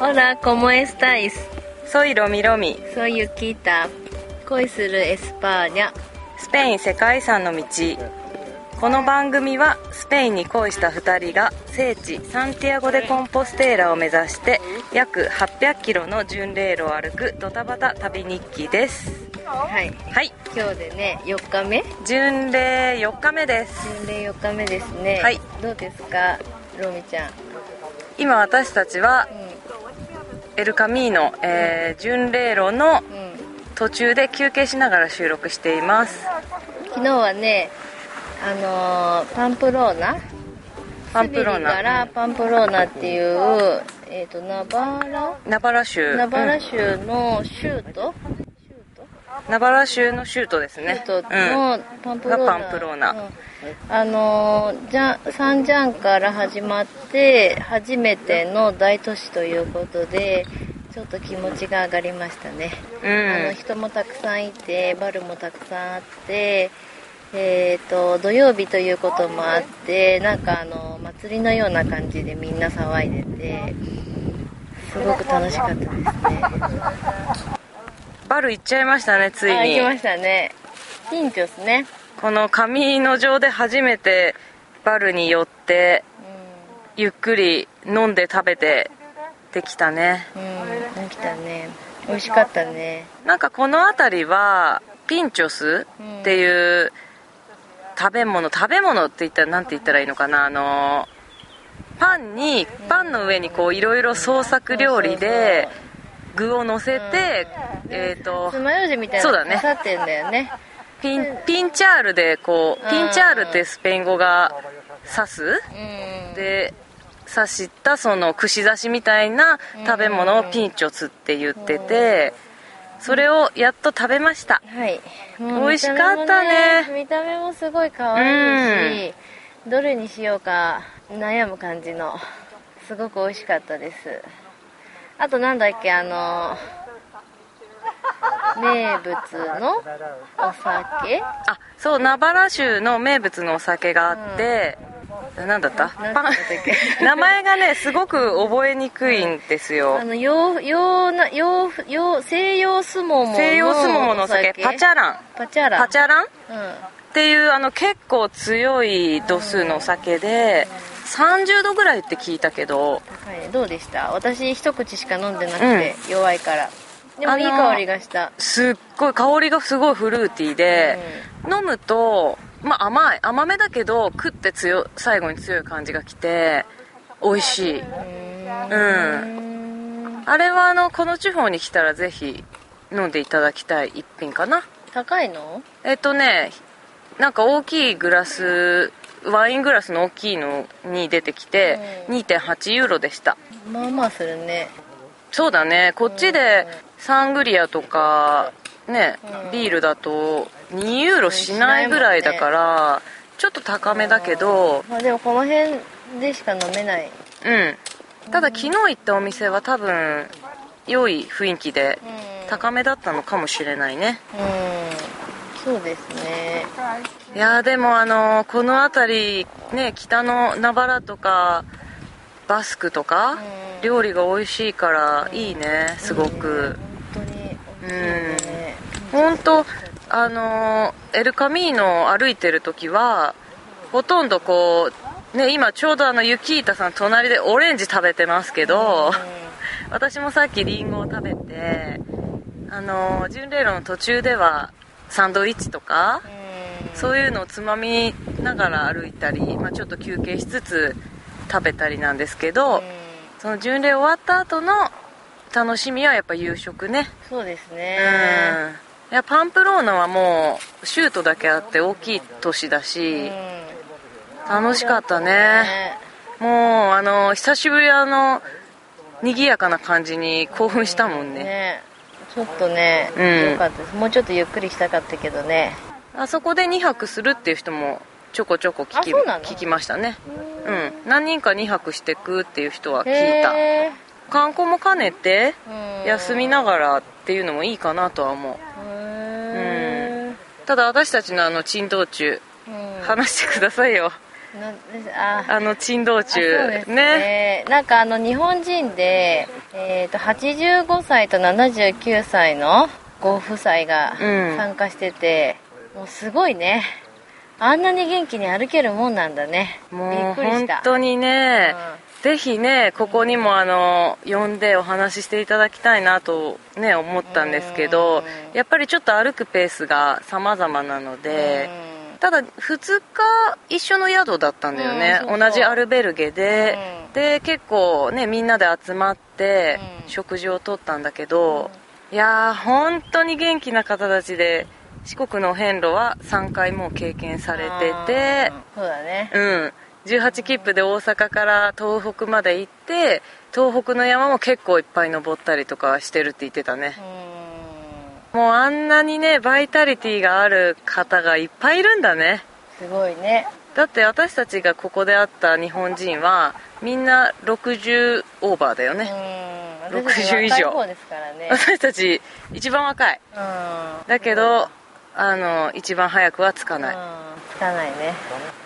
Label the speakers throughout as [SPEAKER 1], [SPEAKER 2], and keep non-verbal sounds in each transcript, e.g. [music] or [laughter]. [SPEAKER 1] Hola, ¿cómo estáis?
[SPEAKER 2] Soy Romi Romi
[SPEAKER 1] Soy Yukita. 恋するエスパーニャ。
[SPEAKER 2] スペイン世界遺産の道この番組はスペインに恋した2人が聖地サンティアゴ・デ・コンポステーラを目指して約800キロの巡礼路を歩くドタバタ旅日記です
[SPEAKER 1] はい。
[SPEAKER 2] はい
[SPEAKER 1] 今日でね、4日目
[SPEAKER 2] 巡礼4日目です
[SPEAKER 1] 巡礼4日目ですね。
[SPEAKER 2] はい。
[SPEAKER 1] どうですか、ロミちゃん。
[SPEAKER 2] 今私たちはエルカミーノ、えー巡礼路の
[SPEAKER 1] うん。うん。
[SPEAKER 2] 途中で休憩しながら収録しています
[SPEAKER 1] 昨日はね、あのーパンプローナ
[SPEAKER 2] パンプ
[SPEAKER 1] ス
[SPEAKER 2] ロー
[SPEAKER 1] ビリか
[SPEAKER 2] ナ
[SPEAKER 1] らパンプローナっていう、えっ、と、ナバラ
[SPEAKER 2] ナバラ州
[SPEAKER 1] ナバ
[SPEAKER 2] う
[SPEAKER 1] ラ
[SPEAKER 2] ん
[SPEAKER 1] 州の州都、
[SPEAKER 2] ナバラ州の州都ですね
[SPEAKER 1] 州都
[SPEAKER 2] うん
[SPEAKER 1] のパンプローナ。
[SPEAKER 2] がパンプローナ
[SPEAKER 1] うんあのーじゃ、サンジャンから始まって、初めての大都市ということで、ちょっと気持ちが上がりましたね。あの
[SPEAKER 2] う
[SPEAKER 1] 人もたくさんいてバルもたくさんあって、えー、と土曜日ということもあってなんかあの祭りのような感じでみんな騒いでてすごく楽しかったですね
[SPEAKER 2] んバル行っちゃいましたねつい
[SPEAKER 1] あ行
[SPEAKER 2] に
[SPEAKER 1] きましたね近所ですね、
[SPEAKER 2] この上の上で初めてバルに寄ってゆっくり飲んで食べてできたね
[SPEAKER 1] うんうんできたね美味しかったね
[SPEAKER 2] なんかこの辺りはピンチョスっていう食べ物食べ物って言ったらなんて言ったらいいのかなあのパンにパンの上にこういろいろ創作料理で具をのせてえっ、と
[SPEAKER 1] 爪楊枝みたいな
[SPEAKER 2] そう
[SPEAKER 1] の
[SPEAKER 2] だ
[SPEAKER 1] が
[SPEAKER 2] ね
[SPEAKER 1] 刺さってんだよね
[SPEAKER 2] ピンピンチャールでこうピンチャールってスペイン語が指す
[SPEAKER 1] うん
[SPEAKER 2] で刺したその串刺しみたいな食べ物をピンチョツって言っててそれをやっと食べました
[SPEAKER 1] はい、
[SPEAKER 2] 美味しかったね
[SPEAKER 1] 見た目もすごい可愛いし、どれにしようか悩む感じのすごく美味しかったですあとなんだっけあの名物のお酒
[SPEAKER 2] あそうナバラ州の名物のお酒があって何だった
[SPEAKER 1] なんて言った
[SPEAKER 2] パ
[SPEAKER 1] っ
[SPEAKER 2] ン
[SPEAKER 1] け
[SPEAKER 2] 名前がねすごく覚えにくいんですよ
[SPEAKER 1] あの洋洋な洋洋西洋相撲もの
[SPEAKER 2] 西洋相撲のお酒パチャラン
[SPEAKER 1] パチャラ
[SPEAKER 2] パチャラン
[SPEAKER 1] う
[SPEAKER 2] っ
[SPEAKER 1] ん
[SPEAKER 2] ていうあの結構強い度数のお酒で30度ぐらいって聞いたけど
[SPEAKER 1] 高いねどうでした私一口しか飲んでなくて、弱いからでもいい
[SPEAKER 2] あの
[SPEAKER 1] 香りがした
[SPEAKER 2] すっごい香りがすごいフルーティーで、飲むと、まあ、甘い甘めだけど食って強い最後に強い感じがきて美味しいうん
[SPEAKER 1] ん
[SPEAKER 2] あれはあのこの地方に来たらぜひ飲んでいただきたい一品かな
[SPEAKER 1] 高いの
[SPEAKER 2] えっとねなんか大きいグラスワイングラスの大きいのに出てきて
[SPEAKER 1] うん
[SPEAKER 2] 2.8ユーロでした
[SPEAKER 1] まあまあするね
[SPEAKER 2] そうだねこっちでサングリアとかね
[SPEAKER 1] うん
[SPEAKER 2] ビールだと2ユーロしないぐらいだからちょっと高めだけど
[SPEAKER 1] まあでもこの辺でしか飲めない
[SPEAKER 2] うんただ昨日行ったお店は多分良い雰囲気で高めだったのかもしれないね
[SPEAKER 1] うんそうですね
[SPEAKER 2] いやーでもあのーこの辺りね北のナバラとかバスクとか
[SPEAKER 1] うん
[SPEAKER 2] 料理が美味しいからいいねすごく。
[SPEAKER 1] 本当に美味しいよね
[SPEAKER 2] 本当あのーエルカミーノを歩いてる時はほとんどこうね今ちょうどあのユキータさん隣でオレンジ食べてますけど、私もさっきリンゴを食べてあのー巡礼路の途中ではサンドイッチとか、
[SPEAKER 1] うん
[SPEAKER 2] そういうのをつまみながら歩いたり、まあ、ちょっと休憩しつつ食べたりなんですけど、
[SPEAKER 1] うん
[SPEAKER 2] その巡礼終わった後の楽しみはやっぱ夕食ね
[SPEAKER 1] そうです
[SPEAKER 2] う
[SPEAKER 1] ね
[SPEAKER 2] んいやパンプローナはもう州都だけあって大きい都市だし、楽しかったねもうあの久しぶりあの賑やかな感じに興奮したもんね
[SPEAKER 1] ねちょっとね、
[SPEAKER 2] うん
[SPEAKER 1] よかったですもうちょっとゆっくりしたかったけどね
[SPEAKER 2] あそこで2泊するっていう人もちょこちょこ聞き
[SPEAKER 1] あそうなの
[SPEAKER 2] 聞きましたねうん何人か2泊してくっていう人は聞いた
[SPEAKER 1] へ
[SPEAKER 2] 観光も兼ねて
[SPEAKER 1] ーうん
[SPEAKER 2] 休みながらっていうのもいいかなとは思う
[SPEAKER 1] へー
[SPEAKER 2] ただ私たちのあの珍道中
[SPEAKER 1] うん
[SPEAKER 2] 話してくださいよ
[SPEAKER 1] のあ
[SPEAKER 2] あの珍道中
[SPEAKER 1] そうですねなんかあの日本人で、えー、と85歳と79歳のご夫妻が
[SPEAKER 2] うん
[SPEAKER 1] 参加してて、もうすごいねあんなに元気に歩けるもんなんだねび
[SPEAKER 2] も
[SPEAKER 1] っ
[SPEAKER 2] う
[SPEAKER 1] くりし
[SPEAKER 2] 本
[SPEAKER 1] た
[SPEAKER 2] 当にね、ぜひねここにもあの呼んでお話ししていただきたいなとね思ったんですけど
[SPEAKER 1] うん
[SPEAKER 2] やっぱりちょっと歩くペースが様々なのでただ2日一緒の宿だったんだよ
[SPEAKER 1] う
[SPEAKER 2] ね、
[SPEAKER 1] んそうそう
[SPEAKER 2] 同じアルベルゲで、
[SPEAKER 1] うん
[SPEAKER 2] で結構ねみんなで集まって
[SPEAKER 1] うん
[SPEAKER 2] 食事をとったんだけど、いやー本当に元気な方たちで四国の遍路は3回もう経験されてて
[SPEAKER 1] うん、そうだね
[SPEAKER 2] うん、18切符で大阪から東北まで行って東北の山も結構いっぱい登ったりとかしてるって言ってたね、
[SPEAKER 1] うん
[SPEAKER 2] もうあんなにねバイタリティがある方がいっぱいいるんだね
[SPEAKER 1] すごいね
[SPEAKER 2] だって私たちがここで会った日本人はみんな60オーバーだよ
[SPEAKER 1] う
[SPEAKER 2] ね、
[SPEAKER 1] ん
[SPEAKER 2] 60
[SPEAKER 1] 私たち若
[SPEAKER 2] 以上
[SPEAKER 1] い方ですからね
[SPEAKER 2] 私たち一番若い
[SPEAKER 1] うん
[SPEAKER 2] だけど、あの一番早くは着か
[SPEAKER 1] うん
[SPEAKER 2] ない、
[SPEAKER 1] つかないね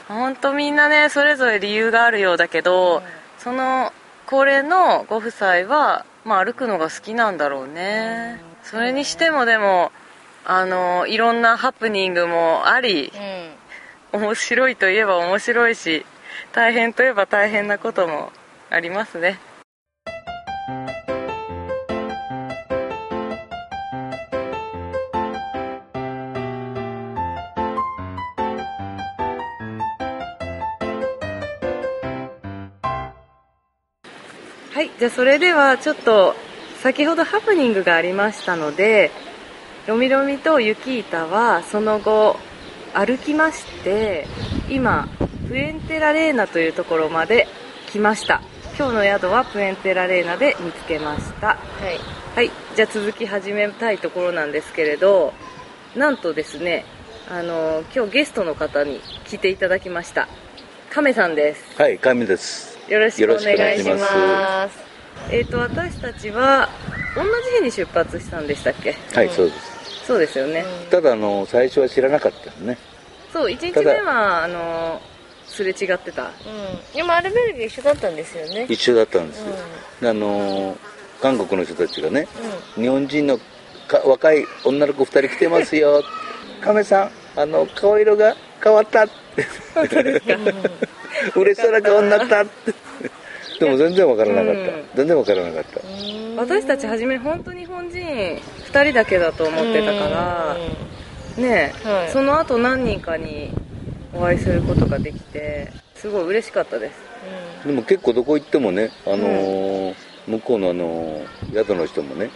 [SPEAKER 2] ほんとみんなねそれぞれ理由があるようだけど、
[SPEAKER 1] うん
[SPEAKER 2] その高齢のご夫妻は、まあ、歩くのが好きなんだろうね、
[SPEAKER 1] うん
[SPEAKER 2] それにしてもでもあのいろんなハプニングもあり
[SPEAKER 1] うん
[SPEAKER 2] 面白いといえば面白いし大変といえば大変なこともありますねはいじゃあそれではちょっと先ほどハプニングがありましたのでロミロミと雪板はその後歩きまして今プエンテラレーナというところまで来ました今日の宿はプエンテラレーナで見つけまし
[SPEAKER 1] は
[SPEAKER 2] た
[SPEAKER 1] い
[SPEAKER 2] はいじゃあ続き始めたいところなんですけれどなんとですねあの今日ゲストの方に来ていただきました亀さんです
[SPEAKER 3] はい、神です。
[SPEAKER 2] よろしくお願
[SPEAKER 1] お願い
[SPEAKER 2] いし
[SPEAKER 1] し
[SPEAKER 2] ます
[SPEAKER 1] ま
[SPEAKER 3] よろしくお願
[SPEAKER 1] す
[SPEAKER 2] えっ、と私たちは同じ日に出発したんでしたっけ
[SPEAKER 3] は
[SPEAKER 1] う
[SPEAKER 3] い、
[SPEAKER 1] ん
[SPEAKER 3] そうです。
[SPEAKER 2] そうですよね、
[SPEAKER 3] ただ、あの、最初は知らなかったのね。
[SPEAKER 2] そう1日目はあのすれ違ってた
[SPEAKER 1] うん、でもアルベルギー一緒だったんですよね。
[SPEAKER 3] 一緒だったんです。
[SPEAKER 1] う
[SPEAKER 3] であの、韓国の人たちがね、
[SPEAKER 1] う
[SPEAKER 3] 日本人のか若い女の子二人来てま
[SPEAKER 2] [laughs]
[SPEAKER 3] すよ。亀さん、あの、顔色が変わった。 [laughs] 嬉しそうな顔にな
[SPEAKER 2] [laughs]
[SPEAKER 3] ったって。でも全然わからなかった。
[SPEAKER 2] うん
[SPEAKER 3] 全然わからなかった。
[SPEAKER 1] ん
[SPEAKER 2] 私たち初め本当に日本人2人だけだと思ってたから
[SPEAKER 1] うん
[SPEAKER 2] ねえ、
[SPEAKER 1] はい
[SPEAKER 2] その後何人かにお会いすることができてすごい嬉しかったです
[SPEAKER 3] でも結構どこ行ってもね、あのー向こうのあのー宿の人もね、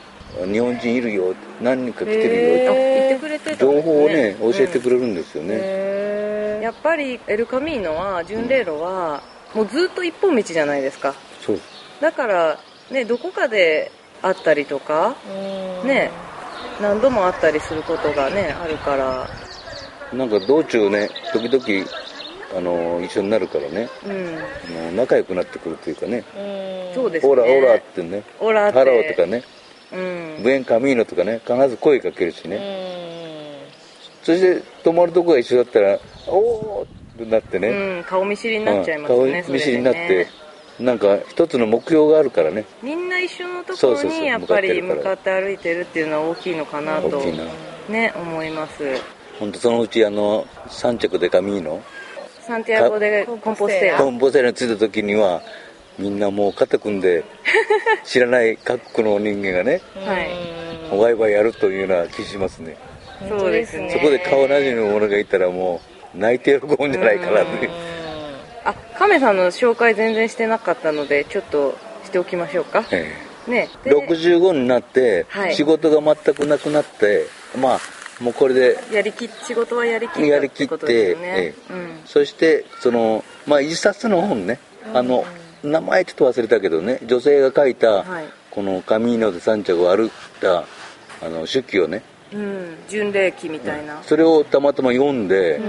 [SPEAKER 3] 日本人いるよ、何人か来てるよ
[SPEAKER 1] へ
[SPEAKER 2] あ
[SPEAKER 1] ー
[SPEAKER 2] 言ってくれてたんですね
[SPEAKER 3] 情報をね教えてくれるんですよね、
[SPEAKER 1] へー
[SPEAKER 2] やっぱりエルカミーノは巡礼路はもうずっと一本道じゃないですか
[SPEAKER 3] そう
[SPEAKER 2] だからねどこかで会ったりとか
[SPEAKER 1] うん
[SPEAKER 2] ね何度も会ったりすることがねあるから
[SPEAKER 3] なんか道中ね時々あのー一緒になるからね
[SPEAKER 2] うん
[SPEAKER 3] あのー仲良くなってくるというかね
[SPEAKER 1] うん
[SPEAKER 2] そうですね
[SPEAKER 3] オラオラってね
[SPEAKER 2] オラって
[SPEAKER 3] ハローとかね
[SPEAKER 2] うん
[SPEAKER 3] ブエンカミーノとかね必ず声かけるし
[SPEAKER 1] う
[SPEAKER 3] ね、
[SPEAKER 1] ん
[SPEAKER 3] そして泊まるとこが一緒だったらおーってなってね、
[SPEAKER 2] うん、顔見知りになっちゃいます
[SPEAKER 3] う
[SPEAKER 2] ね
[SPEAKER 3] ん、
[SPEAKER 2] そ
[SPEAKER 3] 顔
[SPEAKER 2] れ
[SPEAKER 3] 見
[SPEAKER 2] で
[SPEAKER 3] 知りになっ
[SPEAKER 2] ね
[SPEAKER 3] て、なんか一つの目標があるからね
[SPEAKER 2] みんな一緒のと
[SPEAKER 3] そう
[SPEAKER 2] こ
[SPEAKER 3] そ
[SPEAKER 2] ろ
[SPEAKER 3] うそう
[SPEAKER 2] にやっぱり向
[SPEAKER 3] 向
[SPEAKER 2] か
[SPEAKER 3] か
[SPEAKER 2] っ
[SPEAKER 3] って
[SPEAKER 2] 歩いてるっていうのは大きいのかな
[SPEAKER 3] 大
[SPEAKER 2] と
[SPEAKER 3] きいな
[SPEAKER 2] ね思います
[SPEAKER 3] 本当そのうちあの3着でカミーノ
[SPEAKER 2] サンティアゴ・でコンポステ
[SPEAKER 1] あ
[SPEAKER 2] ラ
[SPEAKER 3] コンボセラに着いた時にはみんなもう肩組ん
[SPEAKER 2] [laughs]
[SPEAKER 3] で知らない各国の人間がね
[SPEAKER 2] はい
[SPEAKER 1] い
[SPEAKER 3] ワイワイやるというような気しますね
[SPEAKER 2] そうですね
[SPEAKER 3] そこで顔なじみの者がいたらもう泣いて喜ぶんじゃないかなって
[SPEAKER 2] あ亀さんの紹介全然してなかったのでちょっとしておきましょうか
[SPEAKER 3] え
[SPEAKER 2] ね
[SPEAKER 3] え
[SPEAKER 2] で
[SPEAKER 3] 65になって
[SPEAKER 2] はい
[SPEAKER 3] 仕事が全くなくなってまあもうこれで
[SPEAKER 2] やりき仕事はやりきったってことですよね
[SPEAKER 3] やりきって
[SPEAKER 2] うん
[SPEAKER 3] そしてそのまあ一冊の本ねあの名前ちょっと忘れたけどね女性が書いた
[SPEAKER 2] はい
[SPEAKER 3] このカミーノで3着を歩いたあの手記をね
[SPEAKER 2] うん、巡礼記みたいな、
[SPEAKER 3] それをたまたま読んで、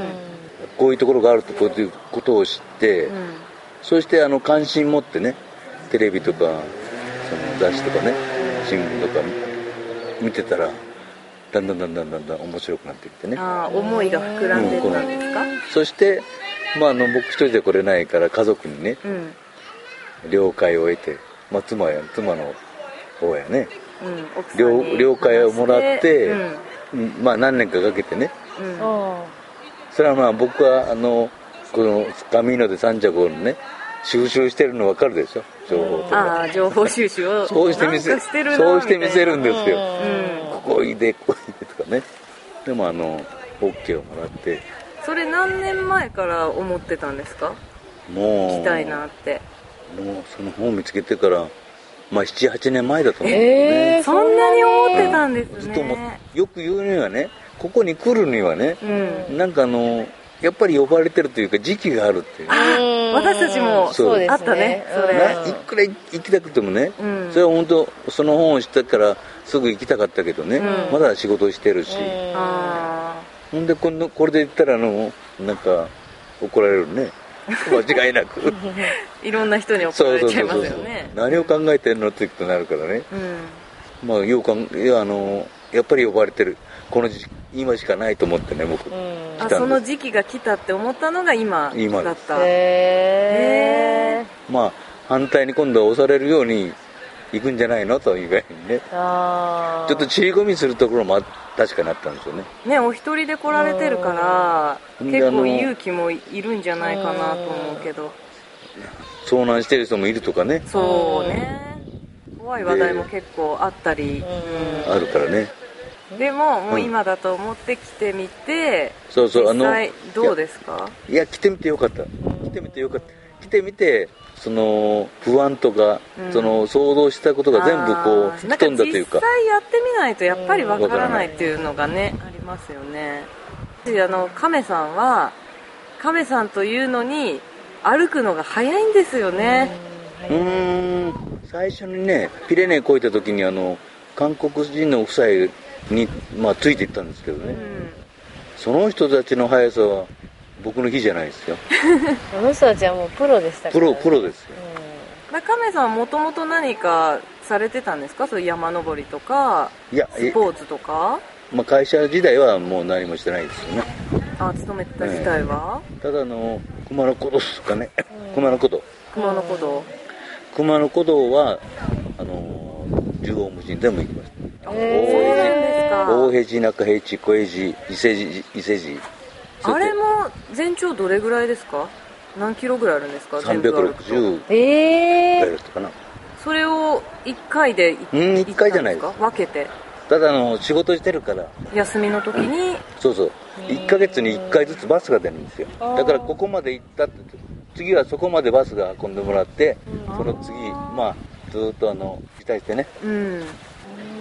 [SPEAKER 3] こういうところがあるとこういうことを知って、
[SPEAKER 2] うん
[SPEAKER 3] そしてあの関心持ってねテレビとかその雑誌とかね新聞とか見てたらだんだんだんだんだんだん面白くなってきてね
[SPEAKER 2] ああ思いが膨らんでったんですか、
[SPEAKER 3] そしてまあ、あの僕一人で来れないから家族にね
[SPEAKER 2] うん
[SPEAKER 3] 了解を得て、まあ、妻や妻の方やね
[SPEAKER 2] うん奥さん
[SPEAKER 3] 了
[SPEAKER 2] に
[SPEAKER 3] 了解をもらって、
[SPEAKER 2] うん
[SPEAKER 3] うんまあ、何年かかけてね
[SPEAKER 2] うん
[SPEAKER 1] お
[SPEAKER 3] それはまあ僕はあのこのカミーノで三着をね収集してるの分かるでしょ情報と
[SPEAKER 2] あ
[SPEAKER 3] か
[SPEAKER 2] あ情報収集を
[SPEAKER 3] そうして見せ
[SPEAKER 2] なんかるな
[SPEAKER 3] そうして見せるん
[SPEAKER 2] み
[SPEAKER 3] です
[SPEAKER 1] う
[SPEAKER 2] たい
[SPEAKER 3] よ、
[SPEAKER 2] なうん
[SPEAKER 3] ここおいでここおいでとかねでもあの OK をもらって
[SPEAKER 2] それ何年前から思ってたんですか
[SPEAKER 3] もう
[SPEAKER 2] 行きたいなって
[SPEAKER 3] もうその本を見つけてから、まあ、78年前だと思うんだよ
[SPEAKER 1] え
[SPEAKER 3] ね、
[SPEAKER 1] ー、
[SPEAKER 2] そんなに思ってたんですね
[SPEAKER 3] ずっと思ってよく言うにはねここに来るにはね、
[SPEAKER 2] うん
[SPEAKER 3] なんかあのやっぱり呼ばれてるというか時期があるっていう
[SPEAKER 1] う
[SPEAKER 3] ね
[SPEAKER 1] ん
[SPEAKER 2] 私たちも
[SPEAKER 3] そうですね
[SPEAKER 2] あったねそ
[SPEAKER 1] うん
[SPEAKER 2] れ
[SPEAKER 3] な、いくら行きたくてもね、
[SPEAKER 2] うん
[SPEAKER 3] それは本当その本を知ったからすぐ行きたかったけどね、
[SPEAKER 2] うん
[SPEAKER 3] まだ仕事してるし、
[SPEAKER 1] うん
[SPEAKER 2] あ
[SPEAKER 3] ほんでこのこれで行ったらあのなんか怒られ
[SPEAKER 2] [laughs]
[SPEAKER 3] るね間違いなく
[SPEAKER 2] ーいろんな人に怒られちゃいますよね
[SPEAKER 3] 何を考えてるのってことになるからね
[SPEAKER 2] うん
[SPEAKER 3] まあようかんいやあのやっぱり呼ばれてるこの時今しかないと思ってね僕、
[SPEAKER 1] うん
[SPEAKER 2] あその時期が来たって思ったのが今
[SPEAKER 3] 今
[SPEAKER 2] だった
[SPEAKER 1] へえ
[SPEAKER 3] まあ反対に今度は押されるように行くんじゃないのと意外にね
[SPEAKER 1] あー
[SPEAKER 3] ちょっとちり込みするところもあ確かにあったんですよね
[SPEAKER 2] ねお一人で来られてるから
[SPEAKER 3] うん
[SPEAKER 2] 結構勇気もいるんじゃないかなと思うけど
[SPEAKER 3] 遭難してる人もいるとかね
[SPEAKER 2] そうね怖い話題も結構あったり
[SPEAKER 1] うん
[SPEAKER 3] あるからね
[SPEAKER 2] でももううん今だと思って来てみて
[SPEAKER 3] そうそうあ
[SPEAKER 2] 実
[SPEAKER 3] の
[SPEAKER 2] 際どうですか
[SPEAKER 3] いや来てみてよかった来てみてよかった来てみてその不安とか、
[SPEAKER 2] うん
[SPEAKER 3] その想像したことが全部こう
[SPEAKER 2] あー
[SPEAKER 3] 吹き飛んだというか
[SPEAKER 2] なんか実際やってみないとやっぱりわからないっていうのがねありますよねであの亀さんは亀さんというのに歩くのが早いんですよね
[SPEAKER 3] うーん最初にねピレネー越えた時にあの韓国人の夫妻に、まあ、ついていったんですけどね、
[SPEAKER 2] う
[SPEAKER 3] その人たちの速さは僕の比じゃない
[SPEAKER 2] [laughs]
[SPEAKER 3] ですよ
[SPEAKER 1] あの人たちはもうプロでしたか
[SPEAKER 3] プ
[SPEAKER 1] ら
[SPEAKER 3] ロプロですよ
[SPEAKER 1] うん
[SPEAKER 2] ん、亀さんはもともと何かされてたんですかそういう山登りとか
[SPEAKER 3] いや
[SPEAKER 2] ス
[SPEAKER 3] え、
[SPEAKER 2] ポーツとか
[SPEAKER 3] まあ、会社時代はもう何もしてないですよね
[SPEAKER 2] あ勤めてた時代は、
[SPEAKER 3] ただあの熊野古道とかね熊野古道
[SPEAKER 2] 熊野古道、
[SPEAKER 3] 熊野古道はあの縦横無尽でも行きまし
[SPEAKER 1] へ
[SPEAKER 3] た
[SPEAKER 2] そう
[SPEAKER 1] ー
[SPEAKER 2] なんです
[SPEAKER 3] 大
[SPEAKER 2] か
[SPEAKER 3] 平寺中平寺小平寺伊勢寺伊勢寺
[SPEAKER 2] あれも全長どれぐらいですか何キロぐらいあるんですか全部歩くと
[SPEAKER 3] 360ぐ
[SPEAKER 1] え
[SPEAKER 3] らい
[SPEAKER 1] ー
[SPEAKER 3] だったかな
[SPEAKER 2] それを1回で行っ
[SPEAKER 3] うん一回じゃない
[SPEAKER 2] 行ったんですか分けて
[SPEAKER 3] ただあの仕事してるから
[SPEAKER 2] 休みの時に
[SPEAKER 3] そうそう1ヶ月に1回ずつバスが出るんですよ
[SPEAKER 1] あー
[SPEAKER 3] だからここまで行ったって次はそこまでバスが運んでもらって
[SPEAKER 1] うん
[SPEAKER 3] その次まあずーっとあの期待してね
[SPEAKER 2] うん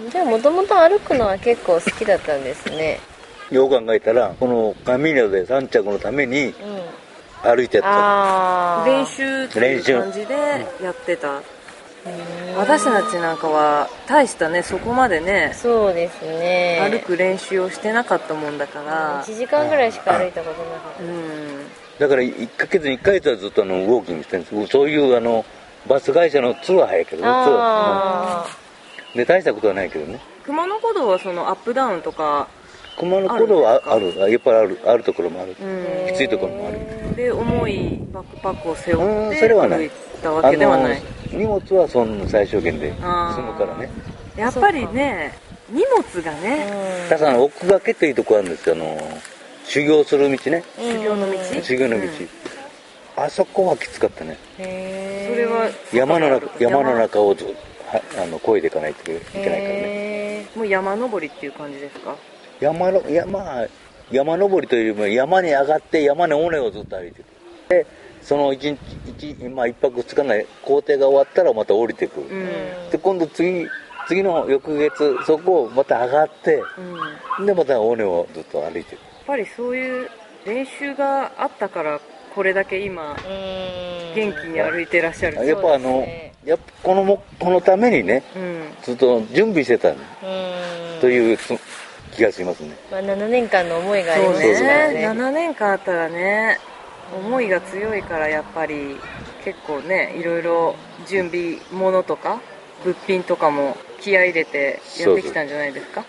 [SPEAKER 1] じゃあもともと歩くのは結構好きだったんですね
[SPEAKER 3] よう考えたらこのカミーニョで3着のために
[SPEAKER 1] うん
[SPEAKER 3] 歩いてやっ
[SPEAKER 1] ああ
[SPEAKER 2] 練習っていう感じでやってた私たちなんかは大したねそこまでね
[SPEAKER 1] そうですね
[SPEAKER 2] 歩く練習をしてなかったもんだから
[SPEAKER 1] 1時間ぐらいしか歩いたことなかっ
[SPEAKER 2] うん
[SPEAKER 3] ただから1ヶ月に1回ずつはずっとあのウォーキングしてるんですそういうあのバス会社のツアーやけどねツ
[SPEAKER 1] た
[SPEAKER 3] ア
[SPEAKER 1] あ
[SPEAKER 3] ーで大したことはないけどね
[SPEAKER 2] 熊野古道はそのアップダウンとか、
[SPEAKER 3] 熊野古道はあるやっぱりあるあるところもある
[SPEAKER 2] うん、
[SPEAKER 3] きついところもある
[SPEAKER 2] で重いバックパックを背負っ
[SPEAKER 3] うん
[SPEAKER 2] て
[SPEAKER 3] それはない
[SPEAKER 2] 歩いたわけではない
[SPEAKER 3] あの荷物はその最小限で済む
[SPEAKER 2] あー
[SPEAKER 3] からね
[SPEAKER 2] やっぱりね荷物が
[SPEAKER 1] あ
[SPEAKER 2] ね
[SPEAKER 3] ただあの奥掛けというとこあるんですよあの修行する道ね
[SPEAKER 1] 修
[SPEAKER 2] 行の道
[SPEAKER 3] 修行の道、
[SPEAKER 2] うん
[SPEAKER 3] あそこはきつかったね
[SPEAKER 1] それ
[SPEAKER 2] それは
[SPEAKER 3] 山の中
[SPEAKER 2] 山
[SPEAKER 3] 山の中をずはあの越えていかないといけないからね
[SPEAKER 1] ね
[SPEAKER 2] もう山登りっていう感じですか
[SPEAKER 3] 山の山山登りというよりも山に上がって山の尾根をずっと歩いていくでその1日一まあ、一泊2日の工程が終わったらまた降りてく
[SPEAKER 2] う
[SPEAKER 3] る、
[SPEAKER 2] ん
[SPEAKER 3] で今度次次の翌月そこをまた上がって
[SPEAKER 2] うんやっ
[SPEAKER 3] でまた尾根をずっと歩いてる
[SPEAKER 2] ぱりそういう練習があったからこれだけ今元気に歩いてらっしゃる
[SPEAKER 3] やっぱあの、
[SPEAKER 1] ね
[SPEAKER 3] やっぱこのもこのためにね
[SPEAKER 2] うん
[SPEAKER 3] ずっと準備してたと
[SPEAKER 1] う
[SPEAKER 3] いうつ気がしますね
[SPEAKER 1] んまあ7年間の思いがあり
[SPEAKER 2] そう
[SPEAKER 1] ま
[SPEAKER 2] ね
[SPEAKER 1] したからね
[SPEAKER 2] 7年間あったらね思いが強いからやっぱり結構ねいろいろ準備物とか物品とかも気合い入れてやってきたんじゃないですか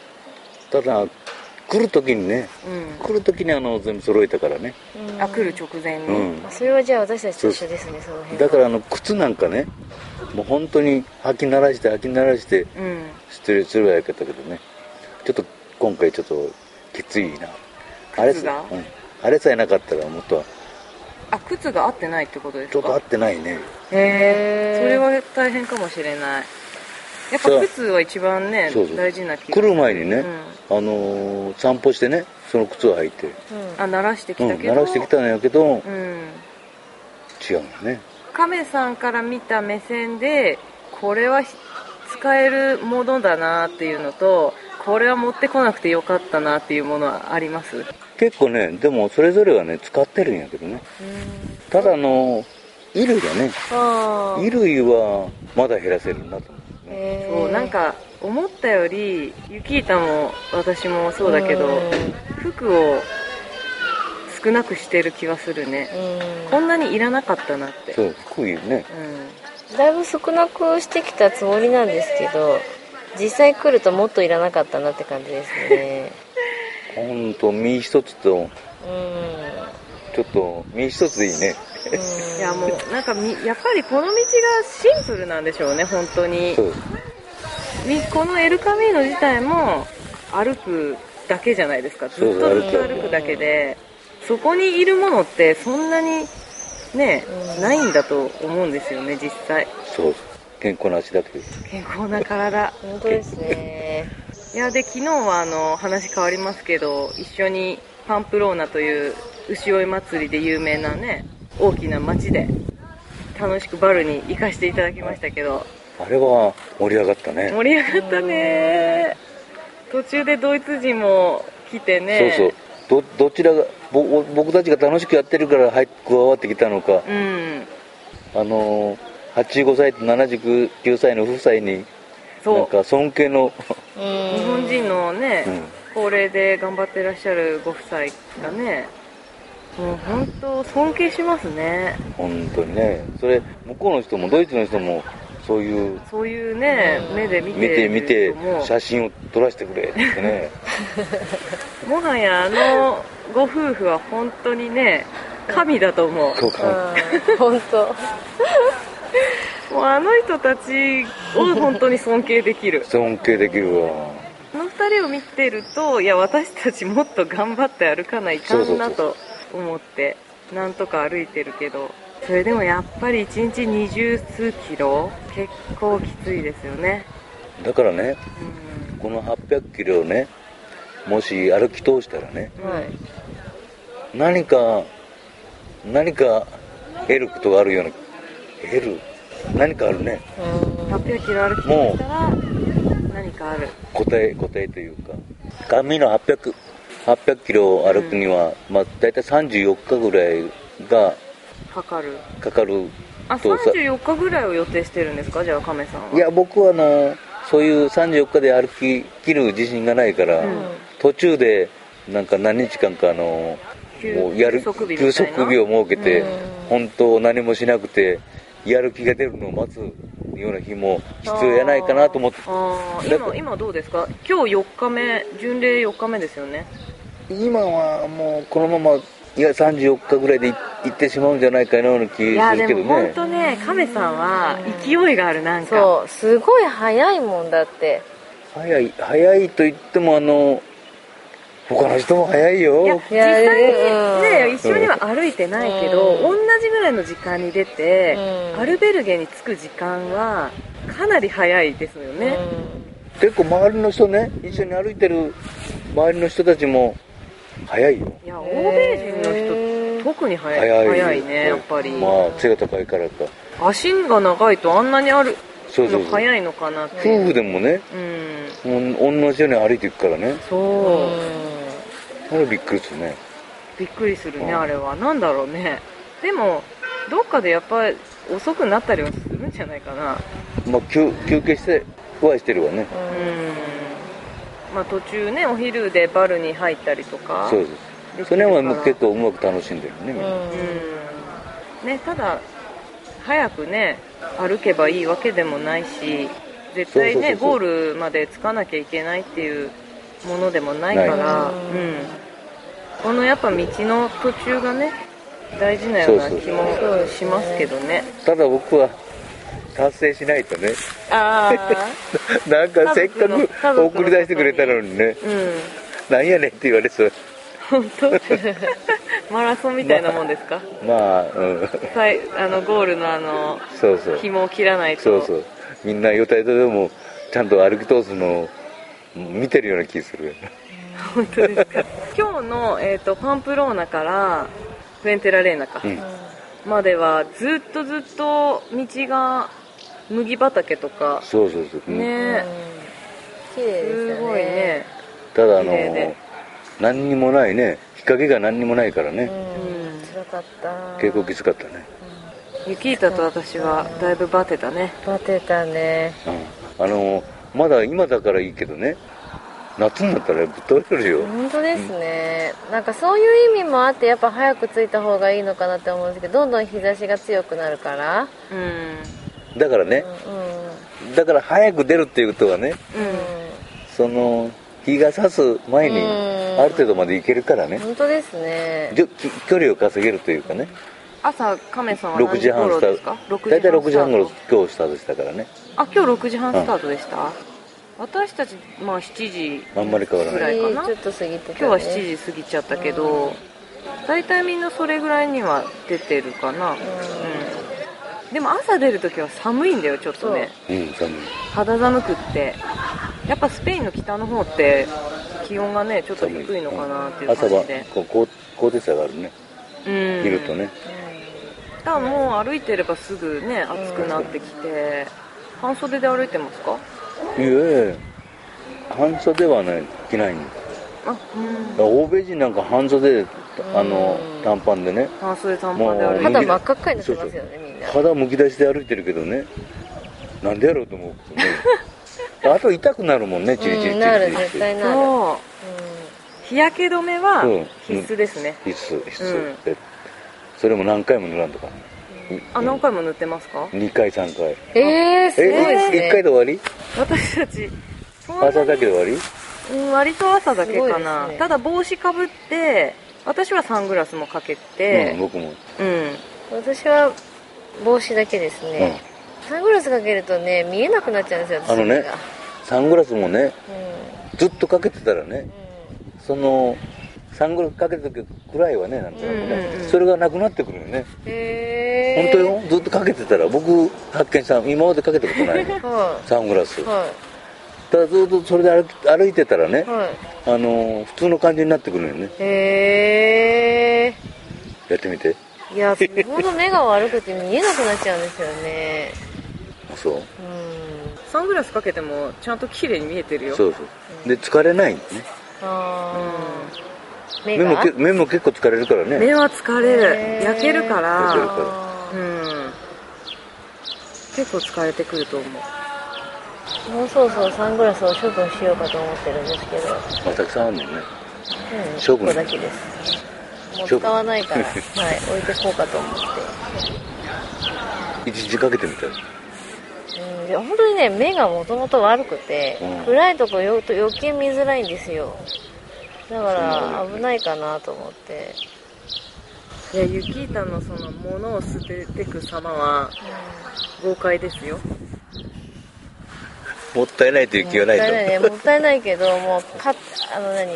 [SPEAKER 3] ただ来る時にね
[SPEAKER 2] う
[SPEAKER 3] 来る時にあの全部揃えたからね、
[SPEAKER 1] うん
[SPEAKER 2] ん、あ来る直前に、
[SPEAKER 3] うん、
[SPEAKER 1] あそれはじゃあ私たちと一緒ですねその辺
[SPEAKER 3] だからあの靴なんかねもう本当に履き慣らして履き慣らして
[SPEAKER 2] うん
[SPEAKER 3] 失礼すればよかったけどねちょっと今回ちょっときついなあれ
[SPEAKER 2] 靴
[SPEAKER 3] さ
[SPEAKER 2] が
[SPEAKER 3] うんあれさえなかったらもっと
[SPEAKER 2] あ靴が合ってないってことで
[SPEAKER 3] ち
[SPEAKER 2] す
[SPEAKER 3] ょっと
[SPEAKER 2] か
[SPEAKER 3] 合ってないね
[SPEAKER 2] へえそれは大変かもしれないやっ
[SPEAKER 3] そう
[SPEAKER 2] ぱ靴は一番ね
[SPEAKER 3] そうそう
[SPEAKER 2] 大事な気が
[SPEAKER 3] 来る前にね、
[SPEAKER 2] う
[SPEAKER 3] あのー散歩してねその靴を履いて、
[SPEAKER 1] うん
[SPEAKER 2] あ鳴らして
[SPEAKER 3] う
[SPEAKER 2] き
[SPEAKER 3] ん、
[SPEAKER 2] たけど、
[SPEAKER 3] 鳴らしてきたんやけど、
[SPEAKER 2] うん
[SPEAKER 3] 違うんだね
[SPEAKER 2] 亀さんから見た目線でこれはひ使えるものだなっていうのとこれは持ってこなくてよかったなっていうものはあります
[SPEAKER 3] 結構ねでもそれぞれがね使ってるんやけどねただあのー衣類がね
[SPEAKER 1] あ
[SPEAKER 3] 衣類はまだ減らせるなと思う、ね、
[SPEAKER 1] え
[SPEAKER 2] そうなんか思ったよりユキータも私もそうだけど服を少なくしてる気はするねこんなにいらなかったなって
[SPEAKER 3] そう服いね
[SPEAKER 2] うん
[SPEAKER 1] だいぶ少なくしてきたつもりなんですけど実際来るともっといらなかったなって感じですね
[SPEAKER 3] ほんと身一つと
[SPEAKER 1] うん
[SPEAKER 3] ちょっと身一つでいいね
[SPEAKER 2] いやもうなんかみ [laughs] やっぱりこの道がシンプルなんでしょうね本当に
[SPEAKER 3] そう
[SPEAKER 2] みこのエルカミーノ自体も歩くだけじゃないですかずっ
[SPEAKER 3] そう
[SPEAKER 2] とずっと
[SPEAKER 3] 歩く
[SPEAKER 2] 歩くだけでそこにいるものってそんなにね
[SPEAKER 1] うん
[SPEAKER 2] ないんだと思うんですよね実際
[SPEAKER 3] そう健康な足だけで
[SPEAKER 2] 健康な体
[SPEAKER 1] 本当ですね
[SPEAKER 2] いやで昨日はあの話変わりますけど一緒にパンプローナという牛追い祭りで有名なね大きな町で楽しくバルに行かせていただきましたけど
[SPEAKER 3] あれは盛り上がったね
[SPEAKER 2] 盛り上がったね途中でドイツ人も来て
[SPEAKER 3] そう
[SPEAKER 2] ね
[SPEAKER 3] そうどどちらがぼ僕たちが楽しくやってるから入っ加わってきたのか、
[SPEAKER 2] うん
[SPEAKER 3] あのー85歳と79歳の夫妻に
[SPEAKER 2] そ
[SPEAKER 3] なん
[SPEAKER 2] う
[SPEAKER 3] か尊敬の、 [laughs]
[SPEAKER 1] 日
[SPEAKER 2] 日本
[SPEAKER 1] 本
[SPEAKER 2] 人のね、
[SPEAKER 3] うん
[SPEAKER 2] 高齢で頑張ってらっしゃるご夫妻がねもう本当尊敬しますね
[SPEAKER 3] 本当にねそれ向こうの人もドイツの人もそういう
[SPEAKER 2] そういうね、
[SPEAKER 1] うん
[SPEAKER 2] 目で見
[SPEAKER 3] 見
[SPEAKER 2] て
[SPEAKER 3] て
[SPEAKER 2] る
[SPEAKER 3] 見て
[SPEAKER 2] 人も
[SPEAKER 3] 写真を撮らせてくれって言って
[SPEAKER 2] [laughs]
[SPEAKER 3] ね
[SPEAKER 2] もはやあのご夫婦は本当にね神だと思う
[SPEAKER 3] そうか
[SPEAKER 1] 本当
[SPEAKER 2] もうあの人たちを本当に尊敬できる
[SPEAKER 3] 尊敬できるわ
[SPEAKER 2] あの二人を見てるといや私たちもっと頑張って歩かないかんなと思ってなんとか歩いてるけどそれでもやっぱり1日二十数キロ結構きついですよね
[SPEAKER 3] だからね
[SPEAKER 2] うん
[SPEAKER 3] この800キロをねもし歩き通したらね
[SPEAKER 1] はい
[SPEAKER 3] 何か何か得ることがあるような得る何かあるね
[SPEAKER 2] 800キロ歩きましたら何かある
[SPEAKER 3] 答え答えというか紙の800 800キロを歩くには、まあ大体34日ぐらいが
[SPEAKER 2] 測る
[SPEAKER 3] かかる
[SPEAKER 2] あ
[SPEAKER 3] とさ
[SPEAKER 2] 34日ぐらいを予定してるんですかじゃあ亀さんはい
[SPEAKER 3] や僕はあのそういう34日で歩き切る自信がないから、
[SPEAKER 2] うん
[SPEAKER 3] 途中でなんか何日間かあの
[SPEAKER 2] 休
[SPEAKER 3] もうやる
[SPEAKER 2] 休息日みたいな
[SPEAKER 3] 息日を設けて、
[SPEAKER 1] うん
[SPEAKER 3] 本当何もしなくてやる気が出るのを待つような日も必要やないかなと思って
[SPEAKER 2] ああ
[SPEAKER 3] だ
[SPEAKER 2] 今今どうですか今日4日目巡礼4日目ですよね
[SPEAKER 3] 今はもうこのままいや34日ぐらいでい行ってしまうんじゃないかなような気す
[SPEAKER 2] いや
[SPEAKER 3] る
[SPEAKER 2] で
[SPEAKER 3] け
[SPEAKER 2] も
[SPEAKER 3] ど
[SPEAKER 2] 本
[SPEAKER 3] ね
[SPEAKER 2] 当ね亀さんは勢いがあるなんか
[SPEAKER 1] そうすごい早いもんだって
[SPEAKER 3] 早い早いと言ってもあの他の人も早い
[SPEAKER 2] いや
[SPEAKER 3] よ
[SPEAKER 2] 実際にね
[SPEAKER 1] うん
[SPEAKER 2] 一緒には歩いてないけど
[SPEAKER 1] うん
[SPEAKER 2] 同じぐらいの時間に出て
[SPEAKER 1] うん
[SPEAKER 2] アルベルゲに着く時間はかなり早いですよね
[SPEAKER 3] 結構周りの人ね一緒に歩いてる周りの人たちも早いよ
[SPEAKER 2] いや欧米人の人
[SPEAKER 1] 人
[SPEAKER 2] 特に早
[SPEAKER 3] 早い
[SPEAKER 2] い
[SPEAKER 3] よ
[SPEAKER 2] 早いねやっぱり
[SPEAKER 3] まあ背が高いからか
[SPEAKER 2] 足が長いとあんなにある
[SPEAKER 3] そうそう
[SPEAKER 2] の
[SPEAKER 3] そう
[SPEAKER 2] 早いのかなっていう
[SPEAKER 3] 夫婦でもね
[SPEAKER 2] うん
[SPEAKER 3] もう同じように歩いていくからね
[SPEAKER 2] そう
[SPEAKER 3] あれびっくりするね
[SPEAKER 2] びっくりするね、
[SPEAKER 3] うん
[SPEAKER 2] あれはなんだろうねでもどっかでやっぱり遅くなったりはするんじゃないかな
[SPEAKER 3] まあ休休憩してふわしてるわね
[SPEAKER 2] うんまあ途中ねお昼でバルに入ったりとか
[SPEAKER 3] そう
[SPEAKER 2] う
[SPEAKER 3] そうそれはもう結構うまく楽しんでるねみんな
[SPEAKER 2] うんねただ早くね歩けばいいわけでもないし絶対ね
[SPEAKER 3] そうそうそうそう
[SPEAKER 2] ゴールまで着かなきゃいけないっていうものでもないから、
[SPEAKER 1] ないううん
[SPEAKER 2] ん、このやっぱ道の途中がね大事なような
[SPEAKER 3] そうそう
[SPEAKER 2] 気もしますけどね
[SPEAKER 3] ただ僕は達成しない
[SPEAKER 2] [laughs]
[SPEAKER 3] とね
[SPEAKER 2] あ
[SPEAKER 3] なんかせっか
[SPEAKER 2] 家族の
[SPEAKER 3] く
[SPEAKER 2] 家族の
[SPEAKER 3] 送り出してくれたのにね
[SPEAKER 2] あうん
[SPEAKER 3] なんやねんって言われそう
[SPEAKER 2] 本当 [laughs] マラソンみたいなもんですか、
[SPEAKER 3] まあうん [laughs]
[SPEAKER 2] さいあのゴールのあの
[SPEAKER 3] そうそう
[SPEAKER 2] 紐を切らないと
[SPEAKER 3] そうそうみんな予定でもちゃんと歩き通すのを見てるような気する
[SPEAKER 2] 本当ですか今日の、えー、とパンプローナからフエンテラレーナか、
[SPEAKER 3] うん
[SPEAKER 2] まではずっとずっと道が麦畑とか
[SPEAKER 3] そうそうそう、うん
[SPEAKER 2] ね、
[SPEAKER 1] 綺麗です
[SPEAKER 2] す
[SPEAKER 1] よね
[SPEAKER 2] ごいね、
[SPEAKER 3] ただあ
[SPEAKER 2] 綺
[SPEAKER 3] の
[SPEAKER 2] 麗で
[SPEAKER 3] 何にもないね日陰が何にもないから
[SPEAKER 1] う
[SPEAKER 3] ね、
[SPEAKER 1] ん辛かった
[SPEAKER 3] 結構きつかったね、
[SPEAKER 2] ユキータと私はだいぶバテたね
[SPEAKER 1] バテたね
[SPEAKER 3] うんあのまだ今だからいいけどね夏になったらぶっ倒れるよ、
[SPEAKER 1] 本当ですね、なんかそういう意味もあってやっぱ早く着いた方がいいのかなって思うんですけどどんどん日差しが強くなるから
[SPEAKER 2] うん
[SPEAKER 3] だからね
[SPEAKER 1] うんうん
[SPEAKER 3] だから早く出るっていうことはねその日が差す前に
[SPEAKER 1] うん
[SPEAKER 3] ある程度まで行けるからね、
[SPEAKER 1] 本当ですね
[SPEAKER 3] じょき距離を稼げるというかね
[SPEAKER 2] 朝亀さんは
[SPEAKER 3] 6
[SPEAKER 2] 何時
[SPEAKER 3] 時半
[SPEAKER 2] 頃
[SPEAKER 3] ス
[SPEAKER 2] です
[SPEAKER 3] タ
[SPEAKER 2] か
[SPEAKER 3] ート大体6時半頃今日スタートしたからね
[SPEAKER 2] あ今日6時半スタートでした、私たち、まあ、7時
[SPEAKER 3] あんまり変わら
[SPEAKER 2] ぐ
[SPEAKER 3] な
[SPEAKER 2] ら
[SPEAKER 3] い
[SPEAKER 2] いかな
[SPEAKER 1] ちょっと過ぎてた、ね、
[SPEAKER 2] 今日は7時過ぎちゃったけど、大体みんなそれぐらいには出てるかな、うんでも朝出るときは寒いんだよちょっとね
[SPEAKER 3] うん寒い
[SPEAKER 2] 肌寒くってやっぱスペインの北の方って気温がねちょっと低いのかなっていう
[SPEAKER 3] 朝
[SPEAKER 2] 感
[SPEAKER 3] は
[SPEAKER 2] じで、
[SPEAKER 3] こう高高低差があるね
[SPEAKER 2] うん、
[SPEAKER 3] 昼とね、
[SPEAKER 2] ただもう歩いてればすぐね暑くなってきて半袖で歩いてますか
[SPEAKER 3] いえいえ半袖はね着ないんだ
[SPEAKER 2] あうん
[SPEAKER 3] 欧米人なんか半袖であの短パンでね
[SPEAKER 2] 半袖短パンで歩いて
[SPEAKER 1] 肌真っ赤っかになってますよねみんな
[SPEAKER 3] 肌むき出しで歩いてるけどねなんでやろうと思う、ね、あと痛くなるもんねチリチリチ
[SPEAKER 1] う
[SPEAKER 3] リ
[SPEAKER 1] んなる
[SPEAKER 3] チリチ
[SPEAKER 1] 絶
[SPEAKER 3] リ
[SPEAKER 1] 対なる、うん、
[SPEAKER 2] そう日焼け止めは
[SPEAKER 3] うん
[SPEAKER 2] 必須ですね、
[SPEAKER 3] 必須必
[SPEAKER 2] うん
[SPEAKER 3] 須でそれも何回も塗らんとかね
[SPEAKER 2] あ何回も塗ってますか
[SPEAKER 3] 2回3回
[SPEAKER 1] えー、すごいです
[SPEAKER 3] え
[SPEAKER 1] ね
[SPEAKER 3] 1回で終わり
[SPEAKER 2] 私たちそんなに
[SPEAKER 3] 朝だけで終わり
[SPEAKER 2] うん割と朝だけ
[SPEAKER 1] すご
[SPEAKER 2] か
[SPEAKER 1] いで
[SPEAKER 2] な、
[SPEAKER 1] すね
[SPEAKER 2] ただ帽子かぶって私はサングラスもかけ
[SPEAKER 3] うん、
[SPEAKER 2] て
[SPEAKER 3] 僕も、
[SPEAKER 2] うん、
[SPEAKER 1] 私は帽子だけですね、
[SPEAKER 3] う
[SPEAKER 1] サングラスかけるとね見えなくなっちゃうんですよ私
[SPEAKER 3] ん、あのね
[SPEAKER 1] が
[SPEAKER 3] サングラスもね
[SPEAKER 1] うん
[SPEAKER 3] ずっとかけてたらねそのサングラスかけてる時くらいはねなんとなくね、
[SPEAKER 2] うんうんうん
[SPEAKER 3] それがなくなってくるよね、
[SPEAKER 1] うんへ
[SPEAKER 3] 本
[SPEAKER 1] え
[SPEAKER 3] 当よずっとかけてたら僕発見した今までかけたことない
[SPEAKER 1] [laughs]
[SPEAKER 3] の
[SPEAKER 1] は
[SPEAKER 3] サングラス
[SPEAKER 1] いは
[SPEAKER 3] ただずっとそれで歩き歩いてたらね
[SPEAKER 1] い、はい
[SPEAKER 3] あのー普通の感じになってくるよね
[SPEAKER 1] へえ
[SPEAKER 3] やってみて
[SPEAKER 1] いや日本の目が悪くて見えなくなっちゃうんですよね
[SPEAKER 3] あそう
[SPEAKER 1] うん
[SPEAKER 2] サングラスかけてもちゃんと綺麗に見えてるよ、
[SPEAKER 3] そううそうで疲れないね
[SPEAKER 1] あー目
[SPEAKER 3] 目も
[SPEAKER 1] が
[SPEAKER 3] け目も結構疲れるから
[SPEAKER 2] ん
[SPEAKER 3] ね
[SPEAKER 2] 目は疲れ
[SPEAKER 1] へ
[SPEAKER 2] る
[SPEAKER 1] ー
[SPEAKER 2] 焼けるか
[SPEAKER 3] 焼ける
[SPEAKER 2] ら、
[SPEAKER 1] あ
[SPEAKER 2] う
[SPEAKER 1] ー
[SPEAKER 2] ん、結構疲れてくると思う
[SPEAKER 1] もうそろそろサングラスを処分しようかと思ってるんですけど、
[SPEAKER 3] まあたくさんあるんだよね
[SPEAKER 1] うん、
[SPEAKER 3] 処
[SPEAKER 1] 1
[SPEAKER 3] 分
[SPEAKER 1] 個だけですもう
[SPEAKER 3] 処分
[SPEAKER 1] 使わない
[SPEAKER 3] [laughs]
[SPEAKER 1] から、はい、置いてこうかと思っ
[SPEAKER 3] 一日かけてみたら
[SPEAKER 1] て、うん、で本当にね目がもともと悪くて、
[SPEAKER 3] うん
[SPEAKER 1] 暗いとこよ余計見づらいんですよだか
[SPEAKER 3] そうな
[SPEAKER 1] ら
[SPEAKER 3] んだよね
[SPEAKER 1] 危ないかなと思って、
[SPEAKER 2] いやユキータのその物を捨ててく様は豪快ですよ
[SPEAKER 3] もったいないという気がない
[SPEAKER 1] もったいないね
[SPEAKER 3] と
[SPEAKER 1] もったいないけどもうパッあの何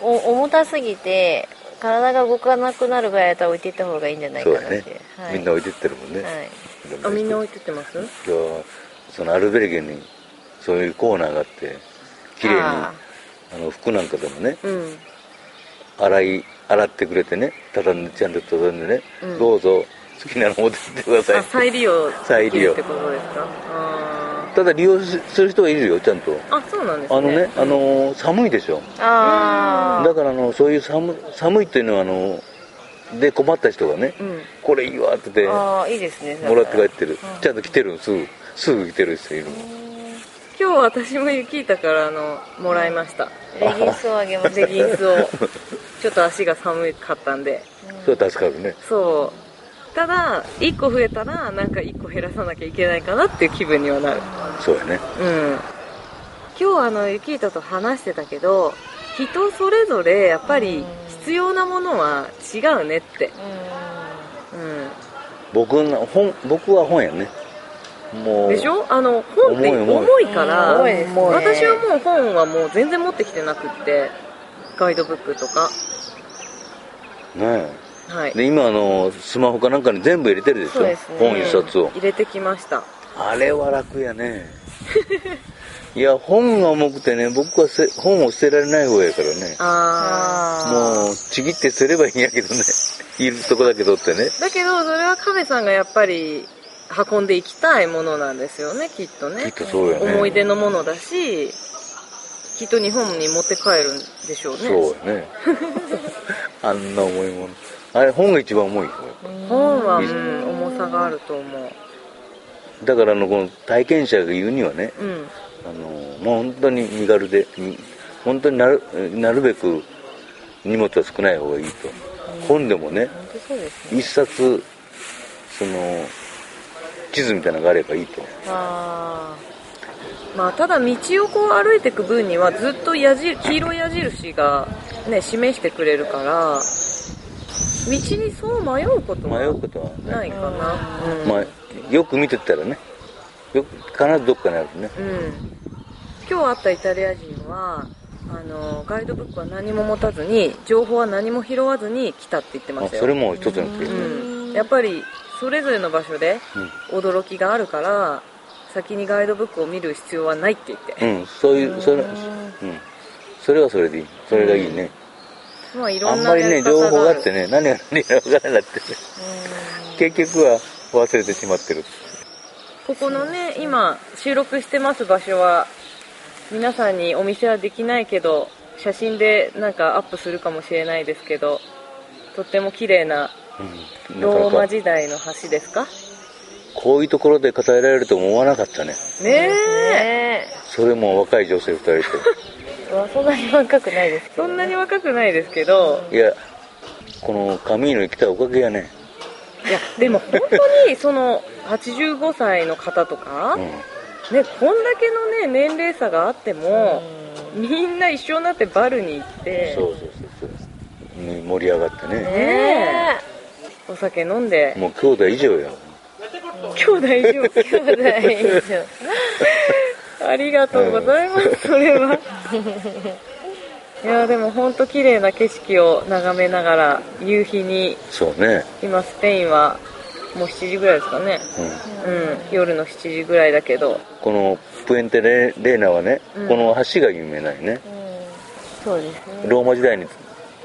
[SPEAKER 1] お重たすぎて体が動かなくなるぐらいだったら置いていった方がいいんじゃないか
[SPEAKER 3] そ
[SPEAKER 1] な
[SPEAKER 3] う
[SPEAKER 1] っ
[SPEAKER 3] だ
[SPEAKER 1] て
[SPEAKER 3] ね
[SPEAKER 1] はい、
[SPEAKER 3] みんな置いてってるもんね
[SPEAKER 1] はい
[SPEAKER 3] いろんな
[SPEAKER 2] あ
[SPEAKER 3] 人
[SPEAKER 2] みんな置いてってます
[SPEAKER 3] 今日そのアルベルゲにそういうコーナーがあって綺麗に
[SPEAKER 1] あ
[SPEAKER 3] あの服なんかでもね
[SPEAKER 2] うん
[SPEAKER 3] 洗い洗ってくれてね畳んでちゃんと畳んでね、
[SPEAKER 2] うん
[SPEAKER 3] どうぞ好きなの持ってってください
[SPEAKER 2] あ [laughs] 再利用で
[SPEAKER 3] 再
[SPEAKER 2] き
[SPEAKER 3] 利
[SPEAKER 2] る
[SPEAKER 3] 用
[SPEAKER 2] ってことですかあ
[SPEAKER 3] ただ利用すする人がいるよちゃんと
[SPEAKER 2] ーあそうなんです
[SPEAKER 3] あ
[SPEAKER 2] ね
[SPEAKER 3] のね、あの寒いでしょ
[SPEAKER 1] あ
[SPEAKER 3] だからあのそういう寒寒いっていうのはあので困った人がね、
[SPEAKER 2] うん
[SPEAKER 3] これいいわって
[SPEAKER 1] ー
[SPEAKER 3] 言っ
[SPEAKER 1] あーいいですね
[SPEAKER 3] てもらって帰
[SPEAKER 1] だ
[SPEAKER 3] っ
[SPEAKER 1] か
[SPEAKER 3] てる、ちゃんと来てるすぐすぐ来てる人いるもん
[SPEAKER 2] 今日私もユキータからあのもらいま
[SPEAKER 3] [laughs]
[SPEAKER 2] した
[SPEAKER 1] らレギンスをあげました
[SPEAKER 2] レギンスをちょっと足が寒かったんで
[SPEAKER 3] それは助かるね
[SPEAKER 2] そうただ1個増えたらなんか1個減らさなきゃいけないかなっていう気分にはなる
[SPEAKER 3] そうやね
[SPEAKER 2] うん今日あのユキータと話してたけど人それぞれやっぱ
[SPEAKER 1] うん
[SPEAKER 2] り必要なものは違うねって、う
[SPEAKER 3] 僕の本僕は本やねも
[SPEAKER 2] ん、
[SPEAKER 3] う
[SPEAKER 2] でしょあの本って
[SPEAKER 3] 重い重い
[SPEAKER 2] 重いから
[SPEAKER 1] うん重いですね
[SPEAKER 2] 私はもう本はもう全然持ってきてなくってガイドブックとか
[SPEAKER 3] ね
[SPEAKER 2] はい
[SPEAKER 3] えで今あのスマホかなんかに全部入れてるでしょ
[SPEAKER 1] そうですね
[SPEAKER 3] 本一冊を
[SPEAKER 2] 入れてきました
[SPEAKER 3] あれは楽やね [laughs] いや本が重くてね僕はせ本を捨てられない方やからね
[SPEAKER 2] ああ
[SPEAKER 1] あ
[SPEAKER 3] もうちぎってすればいいんやけどね [laughs] いるとこだけどってね
[SPEAKER 2] だけどそれは亀さんがやっぱり運んでいきたいものなんですよねきっと
[SPEAKER 3] きっ
[SPEAKER 2] ね
[SPEAKER 3] とそうやね
[SPEAKER 2] 思い出のものだしきっと日本に持って帰るんでしょうね
[SPEAKER 3] そうや
[SPEAKER 2] [laughs]
[SPEAKER 3] ねあんな重いものあれ本が一番重いよ
[SPEAKER 2] 本は、うん、重さがあると思う
[SPEAKER 3] だからあのこの体験者が言うにはね
[SPEAKER 2] うん
[SPEAKER 3] あのもう本当に身軽でに本当になるなるべく荷物は少ない方がいいと本でもね
[SPEAKER 1] 本当そうですね
[SPEAKER 3] 一冊その地図みたいなのがあればいいと
[SPEAKER 1] あ
[SPEAKER 2] まあただ道をこう歩いていく分にはずっと矢印黄色い矢印がね示してくれるから道にそう迷うこと
[SPEAKER 3] 迷
[SPEAKER 2] は
[SPEAKER 3] うことは
[SPEAKER 2] な
[SPEAKER 3] ね、
[SPEAKER 2] いかなうん、
[SPEAKER 3] まあ、よく見てったらねよく必ずどっかにあるね
[SPEAKER 2] うん、今日会ったイタリア人はあのガイドブックは何も持たずに情報は何も拾わずに来たって言ってま
[SPEAKER 3] あ
[SPEAKER 2] したよ
[SPEAKER 3] それも一つの経
[SPEAKER 2] う
[SPEAKER 3] 験
[SPEAKER 2] ん、やっぱりそれぞれの場所で驚きがあるから先にガイドブックを見る必要はないって言って、
[SPEAKER 3] うん、そういうそれ,、うん、それはそれでいいそれがいいね、
[SPEAKER 2] まあい
[SPEAKER 3] あ
[SPEAKER 2] ろん
[SPEAKER 3] ん
[SPEAKER 2] な
[SPEAKER 3] まり
[SPEAKER 2] や
[SPEAKER 3] ね
[SPEAKER 2] り方
[SPEAKER 3] 情報
[SPEAKER 2] が
[SPEAKER 3] が
[SPEAKER 2] あ
[SPEAKER 3] あ
[SPEAKER 2] る
[SPEAKER 3] ってね何が何が分からなくてね結局は忘れてしまってる
[SPEAKER 2] ここのね今収録してます場所は皆さんにお見せはできないけど写真でなんかアップするかもしれないですけどとっても綺麗な
[SPEAKER 3] うんなか
[SPEAKER 2] ロー
[SPEAKER 3] な
[SPEAKER 2] マ
[SPEAKER 3] か
[SPEAKER 2] 時代の橋ですか
[SPEAKER 3] こういうところで語られると思わなかったね
[SPEAKER 2] ね
[SPEAKER 1] ー
[SPEAKER 2] え
[SPEAKER 1] ね
[SPEAKER 3] それも若い女性2人
[SPEAKER 1] えうわそんなに若くないですけ
[SPEAKER 2] そ
[SPEAKER 1] ど、
[SPEAKER 2] ん
[SPEAKER 1] ね、
[SPEAKER 2] なに若くないですけど
[SPEAKER 3] といやこのカミーノに来たおかげやね、
[SPEAKER 2] いやでも本当にその85歳の方とか、
[SPEAKER 3] うん
[SPEAKER 2] ね、こんだけのね年齢差があっても、みんな一緒になってバルに行って
[SPEAKER 3] そうそうそうそう、ね盛り上がってね
[SPEAKER 2] ねえお酒飲んで
[SPEAKER 3] もう兄弟以上や
[SPEAKER 2] 兄弟以上
[SPEAKER 3] [laughs]
[SPEAKER 2] ありがとうございます、それはいやでも本当綺麗な景色を眺めながら夕日に
[SPEAKER 3] そうね、
[SPEAKER 2] 今スペインはもう7時ぐらいですかね
[SPEAKER 3] うん、
[SPEAKER 2] うん夜の7時ぐらいだけど
[SPEAKER 3] このプエンテレレーナはね、
[SPEAKER 2] うん
[SPEAKER 3] この橋が有名なんよね
[SPEAKER 1] そうですね
[SPEAKER 3] ローマ時代に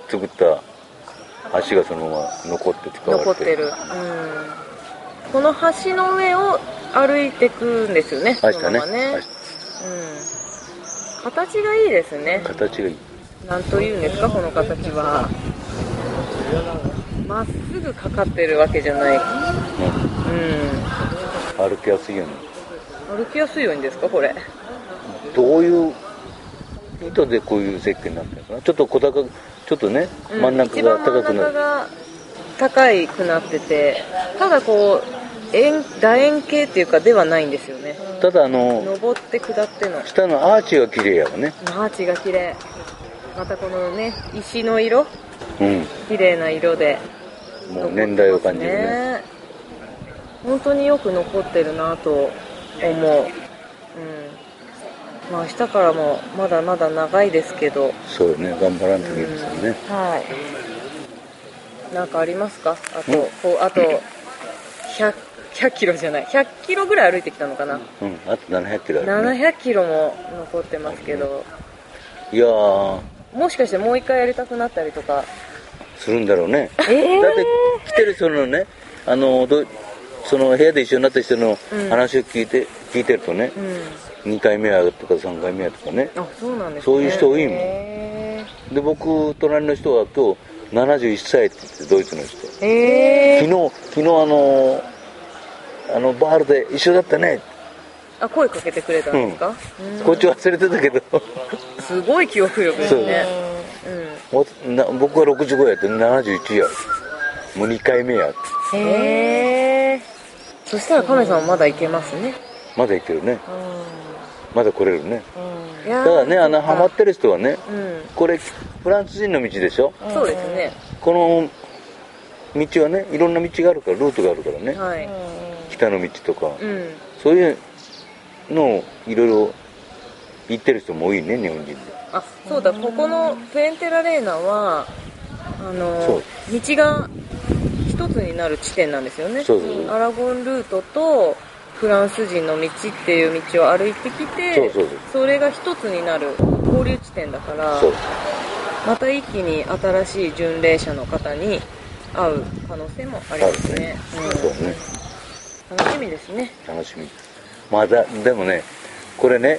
[SPEAKER 3] 作った橋がそのまま残って使われて
[SPEAKER 2] 残ってる、うん、この橋の上を歩いてくんですよね
[SPEAKER 3] 明
[SPEAKER 2] そ
[SPEAKER 3] 日
[SPEAKER 2] の
[SPEAKER 3] ね
[SPEAKER 2] ままね、うん、形がいいですね
[SPEAKER 3] 明日形がいい
[SPEAKER 2] なんというんですかこの形はまっすぐかかってるわけじゃないうん
[SPEAKER 3] 歩きやすいよね
[SPEAKER 2] 歩きやすいようにですかこれ
[SPEAKER 3] どういう意図でこういう設計になってるのかなちょっと小高くちょっとね、
[SPEAKER 2] うん
[SPEAKER 3] 真ん中が
[SPEAKER 2] 一番
[SPEAKER 3] 高く
[SPEAKER 2] 真ん
[SPEAKER 3] な
[SPEAKER 2] 中
[SPEAKER 3] る
[SPEAKER 2] が高くなっててただこう円楕円形っていうかではないんですよね
[SPEAKER 3] ただあの
[SPEAKER 2] 登って下っての
[SPEAKER 3] 下のアーチが綺麗やわね
[SPEAKER 2] マーチが綺麗またこのね石の色
[SPEAKER 3] うん
[SPEAKER 2] 綺麗な色で
[SPEAKER 3] もう年代を感じるね
[SPEAKER 2] 本当によく残ってるなと思ううんまあ明日からもまだまだ長いですけど
[SPEAKER 3] そうよね頑張らんといけないですよね、
[SPEAKER 2] はいなんかありますかあと
[SPEAKER 3] うん
[SPEAKER 2] こうあと 100, 100キロじゃない100キロぐらい歩いてきたのかな
[SPEAKER 3] うんあと700キロある、ね、
[SPEAKER 2] 700キロも残ってますけど
[SPEAKER 3] いやー
[SPEAKER 2] もしかしてもう一回やりたくなったりとか
[SPEAKER 3] するんだろうね
[SPEAKER 2] え
[SPEAKER 3] だって来てる人のねあのどその部屋で一緒になった人の
[SPEAKER 2] うん
[SPEAKER 3] 話を聞いて、聞いてるとね、
[SPEAKER 2] うん
[SPEAKER 3] 2回目やとか3回目やとかね
[SPEAKER 2] あそうなんですね
[SPEAKER 3] そういう人多いもん
[SPEAKER 2] へ
[SPEAKER 3] で僕隣の人は今日71歳って言ってドイツの人
[SPEAKER 2] ーへ
[SPEAKER 3] 昨
[SPEAKER 2] ー
[SPEAKER 3] 日昨日あのあのバールで一緒だったね、
[SPEAKER 2] あ声かけてくれたんですか、うん
[SPEAKER 3] こっち忘れてたけど [laughs]
[SPEAKER 2] すごい記憶力ですねう
[SPEAKER 3] おな僕は65やって71やもう2回目や
[SPEAKER 2] んへえそしたら亀さんもまだいけますね
[SPEAKER 3] まだいけるねまだ来れるね
[SPEAKER 1] うん
[SPEAKER 2] いや
[SPEAKER 3] た
[SPEAKER 2] ー
[SPEAKER 3] だねあのハマってる人はね
[SPEAKER 2] うん
[SPEAKER 3] これフランス人の道でしょ
[SPEAKER 2] そうですね、
[SPEAKER 3] この道はねいろんな道があるからルートがあるからね
[SPEAKER 2] は
[SPEAKER 1] う
[SPEAKER 2] い
[SPEAKER 1] ん、
[SPEAKER 3] 北の道とか
[SPEAKER 2] うん
[SPEAKER 3] そういうのをいろいろ行ってる人も多いね日本人で
[SPEAKER 2] あそうだここのフェンテラレーナはあ
[SPEAKER 3] そ
[SPEAKER 2] の
[SPEAKER 3] う
[SPEAKER 2] 道が一つになる地点なんですよね
[SPEAKER 3] そうそう
[SPEAKER 2] アラゴンルートとフランス人の道っていう道を歩いてきて
[SPEAKER 3] そうそうそう
[SPEAKER 2] それが一つになる交流地点だから
[SPEAKER 3] そう
[SPEAKER 2] また一気に新しい巡礼者の方に会う可能性もありますね、
[SPEAKER 3] そうね
[SPEAKER 2] うん、楽しみですね
[SPEAKER 3] 楽しみまあだでもねこれね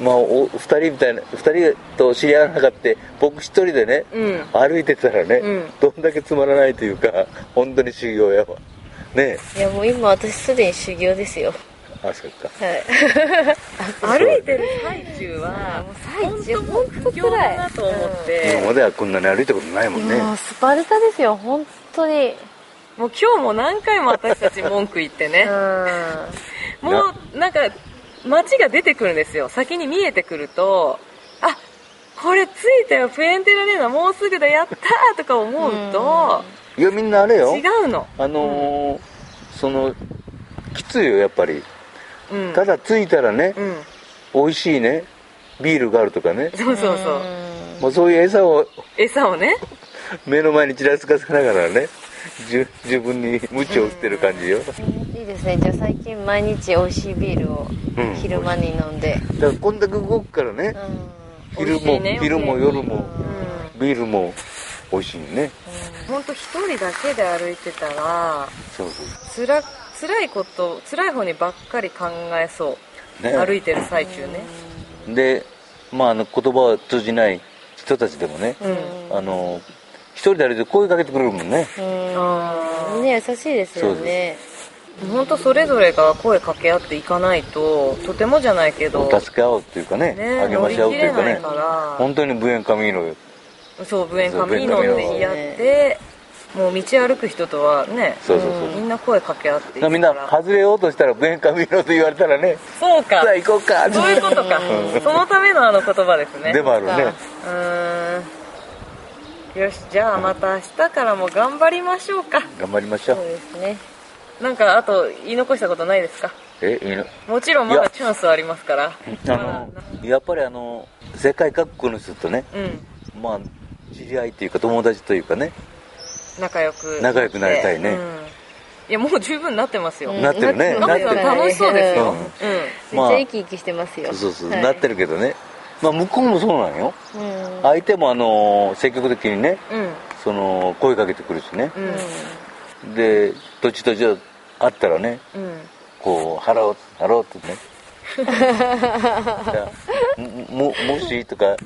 [SPEAKER 3] まあお二人みたいな二人と知り合わなかった僕一人でね、
[SPEAKER 2] うん
[SPEAKER 3] 歩いてたらね、
[SPEAKER 2] うん
[SPEAKER 3] どんだけつまらないというか本当に修行やわねえ
[SPEAKER 1] いやもう今私すでに修行ですよ
[SPEAKER 3] あそっか
[SPEAKER 1] はい
[SPEAKER 2] 歩いてる最中は
[SPEAKER 1] もう最中
[SPEAKER 2] 本当もう苦行だなと思って、
[SPEAKER 3] 今まではこんなに歩いたことないもんね
[SPEAKER 1] もうスパルタですよ本当に
[SPEAKER 2] もう今日も何回も私たち文句言ってね
[SPEAKER 1] う
[SPEAKER 3] ん
[SPEAKER 2] もうなんか街が出てくるんですよ先に見えてくるとあこれ着いたよプエンテラレーナもうすぐだやったーとか思うと
[SPEAKER 3] いやみんなあれよ
[SPEAKER 2] 違うの、
[SPEAKER 3] あのーそのきついよやっぱり
[SPEAKER 2] うん、
[SPEAKER 3] ただ着いたらね、
[SPEAKER 2] うん
[SPEAKER 3] 美味しいねビールがあるとかね、
[SPEAKER 2] そうそう
[SPEAKER 1] ん
[SPEAKER 2] そう
[SPEAKER 3] まあ、そういう餌を
[SPEAKER 2] 餌をね
[SPEAKER 3] 目の前にちらつかせながらねじゅ自分に鞭を打ってる感じよ、
[SPEAKER 1] いいですねじゃあ最近毎日美味しいビールを
[SPEAKER 3] うん
[SPEAKER 1] 昼間に飲んで、
[SPEAKER 3] だからこんだけ動くからね
[SPEAKER 1] うん、
[SPEAKER 3] 昼
[SPEAKER 2] 美味し
[SPEAKER 3] も、
[SPEAKER 2] いね
[SPEAKER 3] 昼も夜も
[SPEAKER 2] う
[SPEAKER 3] ビールも美味しいね
[SPEAKER 2] 本当一人だけで歩いてたら
[SPEAKER 3] そうそ
[SPEAKER 2] つら辛いこと辛い方にばっかり考えそう、
[SPEAKER 3] ね
[SPEAKER 2] 歩いてる最中ね
[SPEAKER 3] うでまああの言葉を通じない人たちでもね、
[SPEAKER 2] うん、
[SPEAKER 3] あの一人で歩いて声かけてくれるもんね
[SPEAKER 2] あ
[SPEAKER 1] うん、ね優しいですよね
[SPEAKER 2] 本当それぞれが声掛け合っていかないととてもじゃないけど
[SPEAKER 3] 助け合おうっていうかね
[SPEAKER 2] ね
[SPEAKER 3] 励まし合うっていう
[SPEAKER 2] 乗
[SPEAKER 3] か
[SPEAKER 2] り切れな
[SPEAKER 3] ね
[SPEAKER 2] いから
[SPEAKER 3] 本当に無縁神のよ
[SPEAKER 2] そうブエンカミーノって言い合ってもう道歩く人とはね
[SPEAKER 3] そうそうそう、
[SPEAKER 2] みんな声掛け合ってい
[SPEAKER 3] だからみんな外れようとしたら無縁神のって言われた
[SPEAKER 2] [laughs]
[SPEAKER 3] らね
[SPEAKER 2] そう
[SPEAKER 3] さ
[SPEAKER 2] か
[SPEAKER 3] あ行こうかって
[SPEAKER 2] そういうことかそのためのあの言葉ですね
[SPEAKER 3] でもあるね
[SPEAKER 2] うーんよしじゃあまた明日からも頑張りましょうか
[SPEAKER 3] 頑張りましょう
[SPEAKER 1] そうですね
[SPEAKER 2] なんかあと言い残したことないですか
[SPEAKER 3] えいいの
[SPEAKER 2] もちろんま
[SPEAKER 3] い
[SPEAKER 2] だ
[SPEAKER 3] や
[SPEAKER 2] チャンスはありますから
[SPEAKER 3] あのやっぱりあの世界各国の人とね、
[SPEAKER 2] うん
[SPEAKER 3] まあ、知り合いというか友達というかね
[SPEAKER 2] 仲良く
[SPEAKER 3] 仲良くなりたいね
[SPEAKER 2] うんいやもう十分なってますよ、
[SPEAKER 1] う
[SPEAKER 2] うんん、
[SPEAKER 3] なってるね
[SPEAKER 1] うん
[SPEAKER 3] なってる
[SPEAKER 1] なってる
[SPEAKER 2] 楽しそうですよ、
[SPEAKER 3] うん
[SPEAKER 1] めっ
[SPEAKER 3] まあ
[SPEAKER 1] ちゃ生き生きしてますよ、
[SPEAKER 3] そうそう、
[SPEAKER 1] はい
[SPEAKER 3] なってるけどね、まあ、向こうもそうなんよ
[SPEAKER 1] うん、うん
[SPEAKER 3] 相手もあの積極的にね
[SPEAKER 2] うんうん
[SPEAKER 3] その声かけてくるしね
[SPEAKER 2] うん
[SPEAKER 3] で土地土地会ったらね
[SPEAKER 2] うん
[SPEAKER 3] こう「ハローハロー」
[SPEAKER 2] [laughs]
[SPEAKER 3] ってねいやも「もし」とか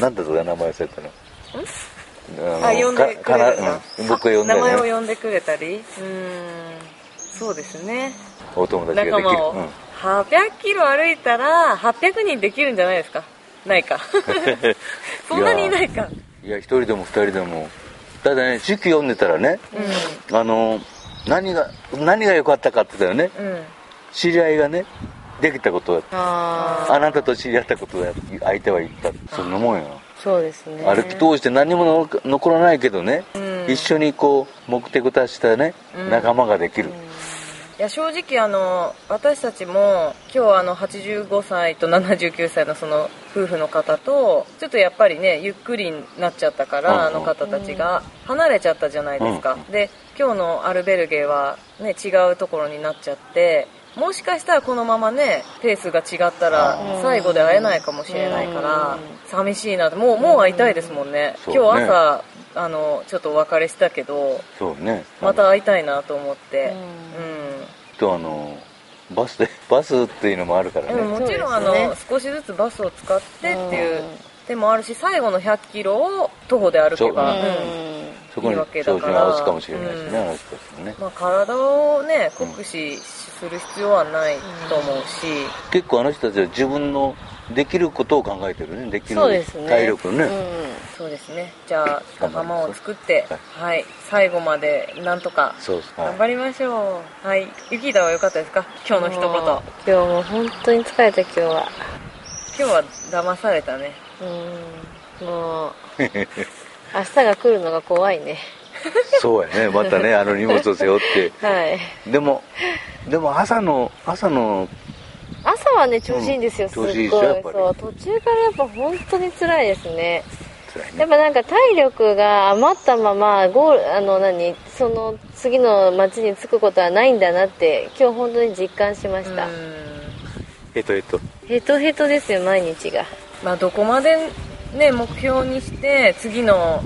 [SPEAKER 3] なんだとか名前忘れたのの
[SPEAKER 2] あ呼んで
[SPEAKER 3] か
[SPEAKER 2] くれるん
[SPEAKER 3] かな
[SPEAKER 2] だ
[SPEAKER 3] うん僕が呼んだ
[SPEAKER 2] 名前
[SPEAKER 3] よね
[SPEAKER 2] を呼んでくれたりうんそうですね
[SPEAKER 3] お友達が
[SPEAKER 2] 仲
[SPEAKER 3] できる
[SPEAKER 2] 間を、
[SPEAKER 3] うん
[SPEAKER 2] 800キロ歩いたら800人できるんじゃないですかない
[SPEAKER 3] [laughs]
[SPEAKER 2] かそんなにいないか
[SPEAKER 3] いや一人でも二人でもただね時期読んでたらね、あの何が何が良かったかって言ったらね
[SPEAKER 2] うんうん
[SPEAKER 3] 知り合いがねできたことだ
[SPEAKER 1] あ
[SPEAKER 3] あなたと知り合ったことだって相手は言ったそんなもんよ
[SPEAKER 1] あそうですね
[SPEAKER 3] 歩き通して何も残残らないけどね、
[SPEAKER 2] うん
[SPEAKER 3] 一緒にこう目的を達したね、
[SPEAKER 2] うん
[SPEAKER 3] 仲間ができる、
[SPEAKER 2] いや正直あの私たちも今日あの85歳と79歳のその夫婦の方とちょっとやっぱりねゆっくりになっちゃったか
[SPEAKER 3] うんうん
[SPEAKER 2] らあの方たちが離れちゃったじゃないですかで今日のアルベルゲはね違うところになっちゃってもしかしたらこのままねペースが違った
[SPEAKER 3] う
[SPEAKER 2] ら
[SPEAKER 1] ん
[SPEAKER 2] 最後で会えないかもしれないから寂しいなってもうもう会いたいですもんね
[SPEAKER 3] そうね
[SPEAKER 2] 今日朝あのちょっとお別れしたけど
[SPEAKER 3] そうね
[SPEAKER 2] また会いたいなと思って
[SPEAKER 1] う
[SPEAKER 2] うん
[SPEAKER 3] とあのバスでバスっていうのもあるから
[SPEAKER 2] でも
[SPEAKER 3] ね
[SPEAKER 2] もちろんあ
[SPEAKER 1] そう
[SPEAKER 2] の、
[SPEAKER 1] ですね
[SPEAKER 2] 少しずつバスを使ってっていううんでもあるし最後の1 0 0キロを徒歩で歩けば、
[SPEAKER 3] そう
[SPEAKER 2] うん
[SPEAKER 3] そこに
[SPEAKER 2] いいわ
[SPEAKER 3] 照
[SPEAKER 2] けだ
[SPEAKER 3] 準
[SPEAKER 2] か
[SPEAKER 3] を
[SPEAKER 2] ら
[SPEAKER 3] 合わすかもしれないしね、
[SPEAKER 2] うん
[SPEAKER 3] あの人たちもね
[SPEAKER 2] まあ、体をね酷使する必要はないと思うし、
[SPEAKER 3] 結構あの人たちは自分のできることを考えてるねできる
[SPEAKER 2] そうですね
[SPEAKER 3] 体力ね
[SPEAKER 1] うん
[SPEAKER 2] そうですねじゃあ
[SPEAKER 3] 頑張り
[SPEAKER 2] 浜
[SPEAKER 3] ましょう
[SPEAKER 2] を作って
[SPEAKER 3] はい
[SPEAKER 2] はい最後までなんとか
[SPEAKER 3] そうです
[SPEAKER 2] 頑張りましょうはいユキーダは良かったですか今日の一言
[SPEAKER 1] もう今日も本当に疲れた今日は
[SPEAKER 2] 今日は騙されたね
[SPEAKER 1] うん
[SPEAKER 3] [laughs]
[SPEAKER 1] もう明日が来るのが怖いね
[SPEAKER 3] そうやねまたねあの荷物を背負って
[SPEAKER 1] はい
[SPEAKER 3] でもでも朝の朝の
[SPEAKER 1] 朝はね調子いいんですよ、
[SPEAKER 3] うん
[SPEAKER 1] すっごい
[SPEAKER 3] 調子いいですよやっぱり
[SPEAKER 1] そう途中からやっぱ本当に辛いですね
[SPEAKER 3] 辛い
[SPEAKER 1] や
[SPEAKER 3] ね
[SPEAKER 1] っぱなんか体力が余ったままゴールあの何その次の町に着くことはないんだなって今日本当に実感しま
[SPEAKER 2] う
[SPEAKER 1] した
[SPEAKER 2] ん
[SPEAKER 3] えっとえっと
[SPEAKER 1] ヘトヘトですよ毎日が
[SPEAKER 2] まあどこまでね目標にして次の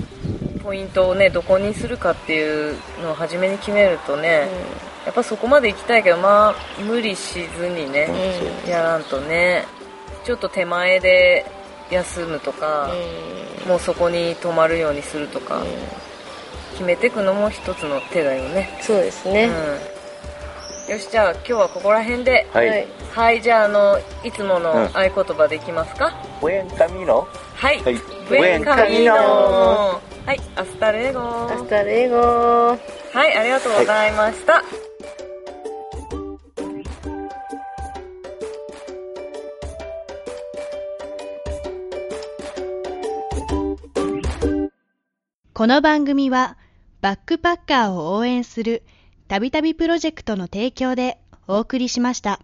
[SPEAKER 2] ポイントをねどこにするかっていうのを初めに決めるとね、やっぱそこまで行きたいけどまあ無理しずに
[SPEAKER 3] うん
[SPEAKER 2] ね、
[SPEAKER 3] そう
[SPEAKER 2] やらんとねちょっと手前で休むとか
[SPEAKER 1] うん、
[SPEAKER 2] もうそこに泊まるようにするとか、決めていくのも一つの手だよね、
[SPEAKER 1] そうですね、
[SPEAKER 2] うん、よしじゃあ今日はここら辺で
[SPEAKER 3] は
[SPEAKER 1] はい
[SPEAKER 3] い
[SPEAKER 2] はいじゃああのいつも
[SPEAKER 3] うん
[SPEAKER 2] の合言葉できますか、
[SPEAKER 3] 「ブエンカミーノ」
[SPEAKER 2] はい
[SPEAKER 3] はい
[SPEAKER 2] Buen
[SPEAKER 3] Buen
[SPEAKER 2] camino!
[SPEAKER 3] camino
[SPEAKER 2] はい、アスタレゴ
[SPEAKER 1] アスタレゴ
[SPEAKER 2] はい、ありがとうございました。
[SPEAKER 4] この番組はバックパッカーを応援するたびたびプロジェクトの提供でお送りしました。